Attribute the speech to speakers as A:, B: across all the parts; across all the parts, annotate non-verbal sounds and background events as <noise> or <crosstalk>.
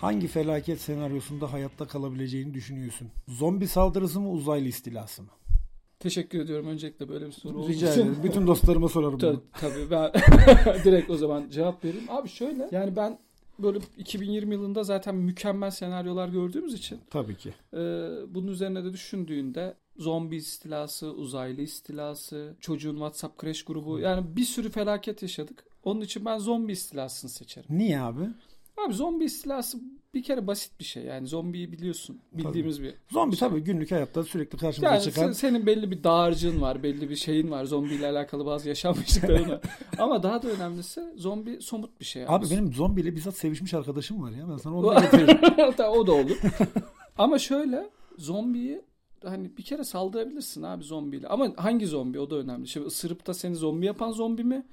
A: Hangi felaket senaryosunda hayatta kalabileceğini düşünüyorsun? Zombi saldırısı mı uzaylı istilası mı?
B: Teşekkür ediyorum öncelikle böyle bir soru olduğu
A: Rica
B: için.
A: ederim. Bütün dostlarıma sorarım
B: <laughs> Tabii,
A: bunu.
B: tabii ben <laughs> direkt o zaman cevap vereyim. Abi şöyle yani ben böyle 2020 yılında zaten mükemmel senaryolar gördüğümüz için
A: Tabii ki.
B: e, bunun üzerine de düşündüğünde zombi istilası, uzaylı istilası, çocuğun WhatsApp crash grubu yani bir sürü felaket yaşadık. Onun için ben zombi istilasını seçerim.
A: Niye abi?
B: Abi zombi istilası bir kere basit bir şey. Yani zombiyi biliyorsun. Bildiğimiz bir
A: Zombi
B: şey.
A: tabii günlük hayatta sürekli karşımıza
B: Yani
A: çıkan.
B: sen- senin belli bir dağarcığın var, belli bir şeyin var zombiyle alakalı bazı yaşanmışlıkların
A: <laughs>
B: var. Ama daha da önemlisi zombi somut bir şey.
A: Abi benim zombiyle bizzat sevişmiş arkadaşım var ya. Ben sana onu da
B: <laughs>
A: getireyim.
B: Hatta o da olur. Ama şöyle zombiyi hani bir kere saldırabilirsin abi zombiyle. Ama hangi zombi o da önemli. Şimdi ısırıp da seni zombi yapan zombi mi?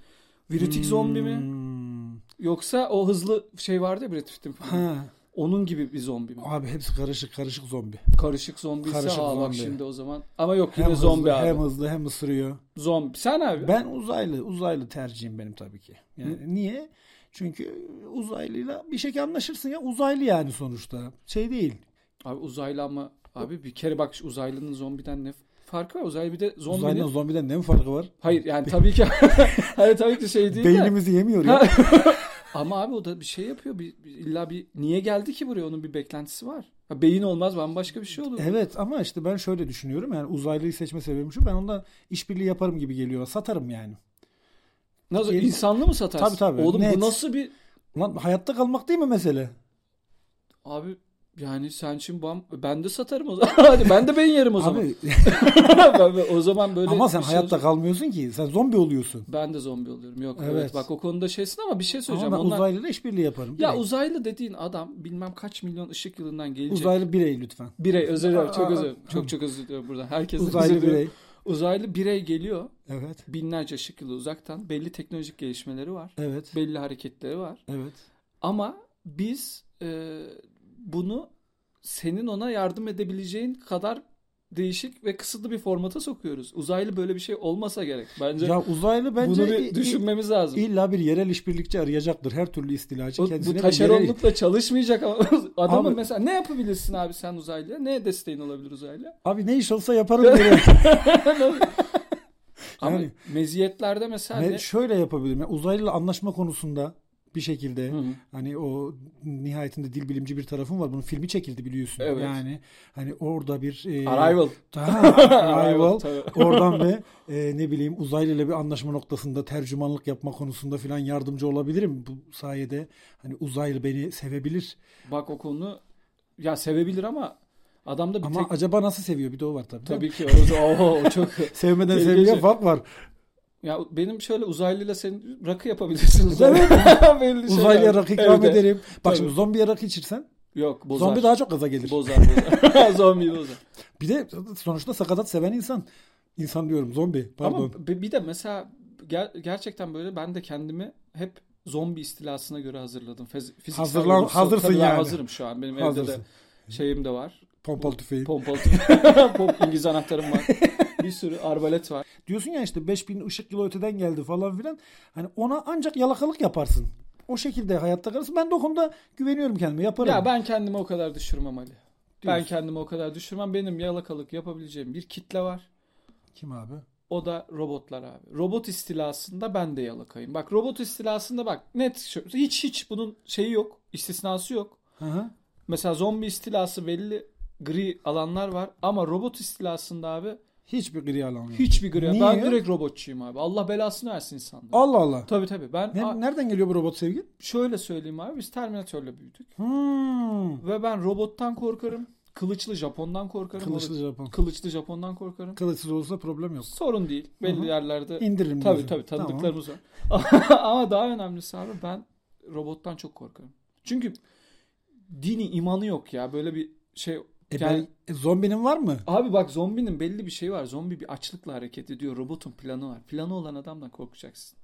B: Viritik zombi mi?
A: Hmm.
B: Yoksa o hızlı şey vardı ya Brad Pitt'in filmi.
A: Ha.
B: Onun gibi bir zombi mi?
A: Abi hepsi karışık karışık zombi.
B: Karışık zombi ise
A: Karışık
B: aa bak
A: zombi.
B: şimdi o zaman. Ama yok
A: Hem
B: yine zombi
A: hızlı,
B: abi.
A: hem hızlı hem ısırıyor.
B: Zombi. Sen abi.
A: Ben uzaylı uzaylı tercihim benim tabii ki. Yani niye? Çünkü uzaylıyla bir şekilde anlaşırsın ya uzaylı yani sonuçta. Şey değil.
B: Abi uzaylı ama abi bir kere bak şu uzaylının zombiden ne farkı var? Uzaylı bir de zombinin.
A: Uzaylıdan zombiden ne mi farkı var?
B: Hayır yani tabii ki <laughs> hayır tabii ki şey değil de.
A: Beynimizi yemiyor ya.
B: Ama abi o da bir şey yapıyor. Bir, bir- illa bir niye geldi ki buraya onun bir beklentisi var. Ya beyin olmaz bambaşka bir şey olur.
A: Evet ama işte ben şöyle düşünüyorum. Yani uzaylıyı seçme sebebim şu. Ben ondan işbirliği yaparım gibi geliyor. Satarım yani.
B: Nasıl
A: Gelin-
B: insanlı mı satarsın?
A: Tabii, tabii.
B: Oğlum
A: Net.
B: bu nasıl bir
A: Lan hayatta kalmak değil mi mesele?
B: abi yani sen şimdi bam... ben de satarım o zaman. <laughs> Hadi ben de beyin yerim o zaman. <laughs>
A: Abi
B: Ben- ben- o zaman
A: <laughs>
B: böyle
A: ama sen
B: bir şey
A: hayatta
B: olacak.
A: kalmıyorsun ki. Sen zombi oluyorsun.
B: ben de zombi oluyorum. Yok evet.
A: Evet.
B: bak o konuda şeysin ama bir şey
A: Ama
B: söyleyeceğim.
A: ben
B: Onlar-
A: uzaylıyla işbirliği yaparım.
B: Ya
A: Birey.
B: uzaylı dediğin adam bilmem kaç milyon ışık yılından gelecek.
A: uzaylı birey lütfen.
B: Birey özür dilerim çok
A: Aa,
B: özür dilerim. Çok çok özür diliyorum buradan. Herkes
A: Uzaylı birey.
B: Uzaylı birey geliyor.
A: Evet.
B: Binlerce ışık yılı uzaktan. Belli teknolojik gelişmeleri var.
A: Evet.
B: Belli hareketleri var.
A: Evet.
B: Ama biz e, bunu senin ona yardım edebileceğin kadar değişik ve kısıtlı bir formata sokuyoruz. Uzaylı böyle bir şey olmasa gerek. Bence,
A: Ya uzaylı bence
B: bunu
A: i- i-
B: bir düşünmemiz lazım.
A: illa bir yerel işbirlikçi arayacaktır. Her türlü istilacı
B: O-
A: kendisine
B: bu
A: bir yerel...
B: taşeronlukla çalışmayacak ama <laughs> adamın
A: Abi-
B: mesela ne yapabilirsin abi sen uzaylıya? Ne desteğin olabilir uzaylıya?
A: Abi ne iş olsa
B: <laughs>
A: yaparım diye.
B: Ama
A: Yani-
B: meziyetlerde mesela
A: Ne-
B: ne-
A: şöyle yapabilirim. Yani uzaylıyla anlaşma konusunda bir şekilde
B: Hı hı.
A: hani o nihayetinde dil bilimci bir tarafım var. Bunun filmi çekildi biliyorsun.
B: Evet.
A: Yani hani orada bir e, <laughs>
B: Arrival.
A: Ha,
B: Arrival,
A: Arrival. <laughs>
B: tabii.
A: Oradan ve e, ne bileyim uzaylıyla bir anlaşma noktasında tercümanlık yapma konusunda filan yardımcı olabilirim. Bu sayede hani uzaylı beni sevebilir.
B: Bak o konu ya sevebilir ama adamda bir
A: Ama <laughs>
B: tek
A: acaba nasıl seviyor? Bir de o var tabii.
B: tabii şey- ki o, o- o çok
A: Sevmeden
B: Tehlikeli.
A: sevmeye fark var.
B: ya benim şöyle uzaylıyla sen rakı yapabilirsiniz.
A: Evet.
B: <laughs> Belli şeyler.
A: Uzaylıya rakı ikram
B: Evde.
A: ederim. Bak
B: Tabii.
A: şimdi zombiye rakı içirsen
B: Yok bozar.
A: zombi daha çok gaza gelir.
B: bozar bozar. <laughs> zombi bozar.
A: Bir de sonuçta sakatat seven insan. İnsan diyorum zombi pardon.
B: Ama bi- bir de mesela ger- gerçekten böyle ben de kendimi hep zombi istilasına göre hazırladım. Fez- fiziksel
A: Hazırlan-
B: ruhsal-
A: hazırsın
B: Tabii ben
A: yani.
B: Hazırım şu an. Benim evde
A: Hazırsın.
B: de şeyim
A: <laughs>
B: de var.
A: Pompalı tüfeği.
B: Pompalı. <laughs> Pom İngiliz
A: <laughs>
B: anahtarım var. Bir sürü arbalet var.
A: Diyorsun ya işte 5000 ışık yılı öteden geldi falan filan. Hani ona ancak yalakalık yaparsın. O şekilde hayatta kalırsın. Ben de o konuda güveniyorum kendime. Yaparım.
B: Ya ben kendimi o kadar düşürmem Ali. Ben
A: Diyorsun.
B: kendimi o kadar düşürmem. Benim yalakalık yapabileceğim bir kitle var.
A: Kim abi?
B: O da robotlar abi. Robot istilasında ben de yalakayım. Bak robot istilasında bak net şu- hiç hiç bunun şeyi yok. istisnası yok.
A: Hı hı.
B: Mesela zombi istilası belli gri alanlar var ama robot istilasında abi
A: Hiçbir gri alan yok.
B: hiçbir gri.
A: Niye
B: ben
A: ya?
B: direkt robotçuyum abi. Allah belasını versin insanlara.
A: Allah Allah.
B: Tabii tabii. Ben
A: Ne-
B: a-
A: nereden geliyor bu robot sevgi?
B: şöyle söyleyeyim abi. Biz Terminator'la büyüdük.
A: Hmm.
B: Ve ben robottan korkarım. Kılıçlı Japon'dan korkarım.
A: Kılıçlı Japon.
B: Kılıçlı Japon'dan korkarım.
A: Kılıçsız olursa problem yok.
B: Sorun değil. Belli
A: Hı hı.
B: yerlerde
A: İndiririm.
B: tabii
A: diyorsun.
B: tabii
A: Tamam.
B: tanıdıklarımız var. <laughs> Ama daha önemlisi abi ben robottan çok korkarım. Çünkü dini imanı yok ya. Böyle bir şey
A: E
B: yani
A: ben- e zombinin var mı?
B: abi bak zombinin belli bir şeyi var. Zombi bir açlıkla hareket ediyor. Robotun planı var. Planı olan adamdan korkacaksın.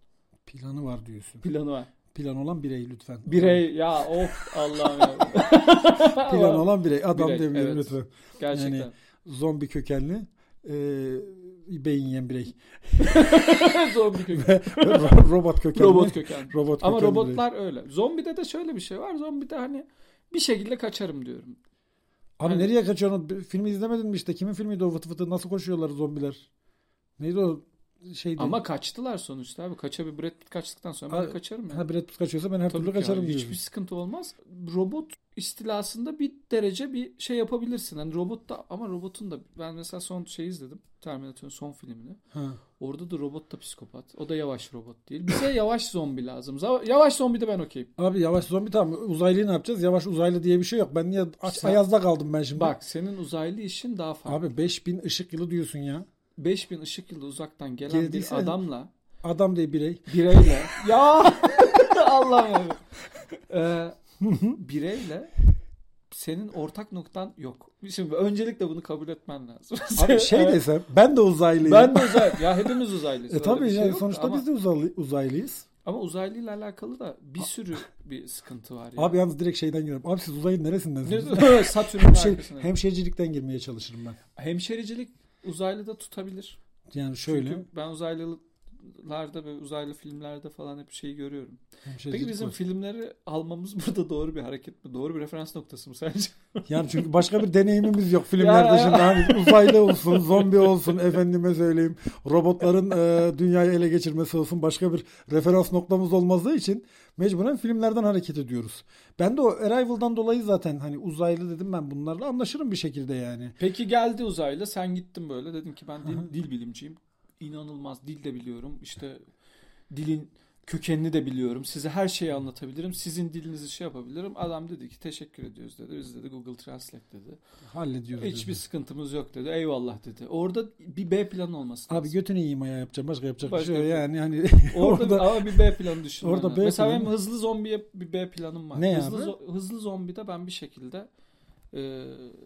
A: Planı var diyorsun.
B: Planı var.
A: Plan olan birey lütfen.
B: Birey ya of
A: <laughs>
B: Allah'ım ya.
A: Plan olan birey. Adam
B: Birey,
A: demeyelim
B: evet.
A: lütfen.
B: Gerçekten.
A: Yani- Zombi kökenli e, beyin yiyen
B: <laughs>
A: birey.
B: Zombi kökenli.
A: Ro- <laughs> robot kökenli.
B: Robot kökenli.
A: Robot
B: Ama
A: kökenli
B: robotlar öyle. Zombide de şöyle bir şey var. Zombide hani bir şekilde kaçarım diyorum.
A: Abi
B: Hani-
A: nereye kaçıyorsun? Bir- Filmi izlemedin mi işte? Kimin filmiydi o vıtı vıtı? Nasıl koşuyorlar zombiler? Neydi o şeydi?
B: Ama kaçtılar sonuçta abi. Kaça bir Brad Pitt kaçtıktan sonra ben
A: Ha,
B: de kaçarım yani.
A: ha Brad Pitt kaçıyorsa ben her
B: Tabii
A: türlü
B: ki abi,
A: kaçarım diyorsun.
B: hiçbir şey- sıkıntı olmaz. Robot istilasında bir derece bir şey yapabilirsin. Hani robot da ama robotun da ben mesela son şeyi izledim. Terminator'ın son filmini.
A: Ha.
B: Orada da robot da psikopat. O da yavaş robot
A: <laughs>
B: değil. Bize yavaş zombi lazım. Za- Yavaş zombi de ben okeyim.
A: Abi yavaş zombi tamam. Uzaylıyı ne yapacağız? Yavaş uzaylı diye bir şey yok. Ben niye aç-
B: Sen-
A: ayazda kaldım ben şimdi?
B: Bak senin uzaylı işin daha farklı.
A: Abi 5000 ışık yılı diyorsun ya.
B: 5000 ışık yılı uzaktan gelen
A: Geldiyse-
B: bir adamla
A: Adam diye birey.
B: bireyle <laughs> ya Allah'ım ya.
A: <laughs>
B: Ee, bireyle senin ortak noktan yok. Şimdi öncelikle bunu kabul etmen lazım. <laughs>
A: Abi şey
B: Evet.
A: desem ben de uzaylıyım.
B: ben de uzay. Ya hepimiz uzaylıyız.
A: E
B: Öyle
A: tabii
B: bir şey
A: yani
B: yok
A: sonuçta
B: ama,
A: biz de uzaylı, uzaylıyız.
B: ama uzaylıyla alakalı da bir sürü bir sıkıntı var ya.
A: Abi yalnız direkt şeyden girelim. Abi siz uzayın neresindensiniz? <laughs>
B: Ne- Satürn'ün
A: Hemşe-
B: arkasına.
A: hemşericilikten girmeye çalışırım ben.
B: Hemşericilik uzaylı da tutabilir.
A: Yani şöyle.
B: Çünkü ben uzaylılarda ve uzaylı filmlerde falan hep şeyi görüyorum. Peki
A: hemşericilik
B: bizim
A: var.
B: filmleri almamız <laughs> burada doğru bir hareket mi? Doğru bir referans noktası mı sence? <laughs>
A: Yani çünkü başka bir deneyimimiz yok filmlerde şimdi. Hani uzaylı olsun, zombi olsun, efendime söyleyeyim. Robotların e, dünyayı ele geçirmesi olsun. Başka bir referans noktamız olmadığı için mecburen filmlerden hareket ediyoruz. Ben de o Arrival'dan dolayı zaten hani uzaylı dedim ben bunlarla anlaşırım bir şekilde yani.
B: Peki geldi uzaylı sen gittin böyle dedin ki ben dil, dil bilimciyim. İnanılmaz dil de biliyorum. İşte dilin kökenini de biliyorum. Size her şeyi anlatabilirim. Sizin dilinizi şey yapabilirim. Adam dedi ki teşekkür ediyoruz dedi. Biz dedi Google Translate dedi.
A: Hallediyoruz.
B: Hiçbir
A: dedi.
B: sıkıntımız yok dedi. Eyvallah dedi. Orada bir B planı olması
A: Abi
B: lazım.
A: götünü yiyeyim ayağı yapacağım. Başka yapacak
B: Başka
A: bir şey yok.
B: yapacak-
A: Yani hani <laughs>
B: orada,
A: orada-
B: ama bir B planı düşünmen
A: Orada
B: lazım.
A: B
B: Mesela
A: planı-
B: benim hızlı zombiye bir B planım var.
A: Ne
B: hızlı,
A: abi?
B: zo- hızlı zombide ben bir şekilde e,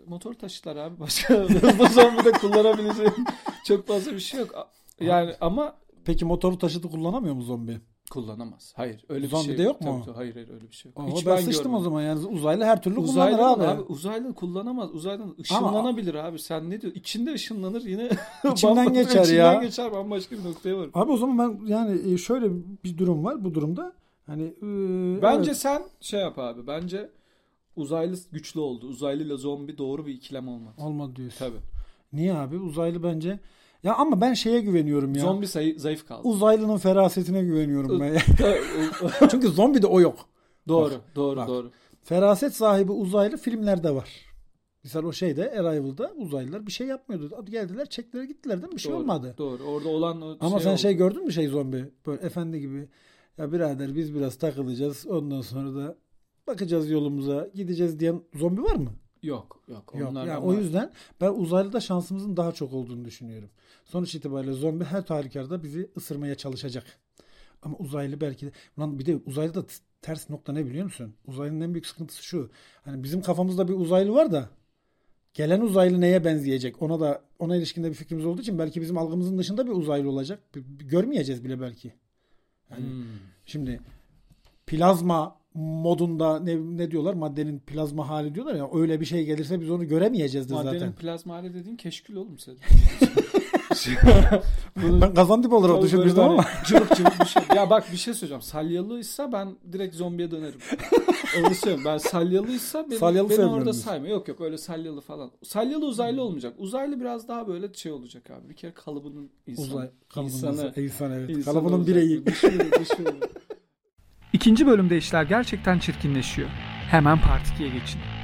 B: motor taşıtlar abi. Başka <laughs> hızlı zombide kullanabileceğim <laughs> çok fazla bir şey yok. A- Yani ama
A: Peki motoru taşıtı kullanamıyor mu zombi?
B: kullanamaz. Hayır öyle bir
A: Zombide
B: şey
A: yok mu?
B: Tabii, tabii, hayır hayır öyle bir şey
A: Aa,
B: yok.
A: ben, sıçtım o zaman yani uzaylı her türlü
B: Uzaylı
A: kullanır
B: abi.
A: <laughs> abi.
B: Uzaylı kullanamaz. Uzaylı ışınlanabilir abi. Sen ne diyorsun? İçinde ışınlanır yine. <laughs>
A: İçinden
B: bambaşka-
A: geçer ya.
B: içinden geçer bambaşka bir noktaya var.
A: Abi o zaman ben yani e, şöyle bir durum var bu durumda. Hani e,
B: Bence
A: evet,
B: sen şey yap abi. Bence uzaylı güçlü oldu. Uzaylıyla zombi doğru bir ikilem olmadı.
A: olmadı diyorsun.
B: Tabii.
A: Niye abi? Uzaylı bence ya ama ben şeye güveniyorum ya.
B: Zombi sayı zayıf kaldı.
A: Uzaylının ferasetine güveniyorum ben.
B: Tabii, u- u-
A: <laughs> Çünkü zombide o yok.
B: doğru, doğru,
A: bak.
B: doğru.
A: Feraset sahibi uzaylı filmlerde var. Mesela o şeyde Arrival'da uzaylılar bir şey yapmıyordu. Abi Geldiler, çektiler, gittiler değil mi? Bir şey
B: doğru,
A: olmadı.
B: Doğru. Orada olan o
A: Ama sen
B: oldu.
A: şey gördün mü şey zombi? Böyle efendi gibi. Ya birader biz biraz takılacağız. Ondan sonra da bakacağız yolumuza, gideceğiz diyen zombi var mı?
B: yok, yok.
A: Yok.
B: Onlar
A: yani
B: onlar-
A: o yüzden ben uzaylıda şansımızın daha çok olduğunu düşünüyorum. Sonuç itibariyle zombi her halükarda bizi ısırmaya çalışacak. Ama uzaylı belki de lan bir de uzaylıda t- ters nokta ne biliyor musun? Uzaylının en büyük sıkıntısı şu. Hani bizim kafamızda bir uzaylı var da gelen uzaylı neye benzeyecek? Ona da ona ilişkinde bir fikrimiz olduğu için belki bizim algımızın dışında bir uzaylı olacak. Bir- bir görmeyeceğiz bile belki. hani
B: Hmm.
A: Şimdi plazma modunda ne, ne diyorlar? Maddenin plazma hali diyorlar ya. Öyle bir şey gelirse biz onu göremeyeceğiz de
B: Maddenin
A: zaten.
B: plazma hali dediğin keşkül oğlum
A: <laughs>
B: sen.
A: Ben kazan tipi olarak
B: Tabii
A: düşünmüştüm
B: böyle
A: ama.
B: hani <laughs> Cıvık cıvık bir şey. Ya bak bir şey söyleyeceğim. Salyalıysa ben direkt
A: <laughs>
B: zombiye dönerim. Onu söylüyorum. Ben salyalıysa beni,
A: Salyalı
B: beni
A: sevmiyorum
B: orada
A: diyorsun.
B: sayma. Yok yok öyle salyalı falan. Salyalı uzaylı olmayacak. Uzaylı biraz daha böyle şey olacak abi. Bir kere kalıbının insanı.
A: Uzay kalıbının,
B: insanı.
A: insan, evet.
B: insanı
A: kalıbının
B: olacak.
A: bireyi.
B: Düşünüyorum, düşünüyorum.
C: İkinci bölümde işler gerçekten çirkinleşiyor. Hemen Part 2'ye geçin.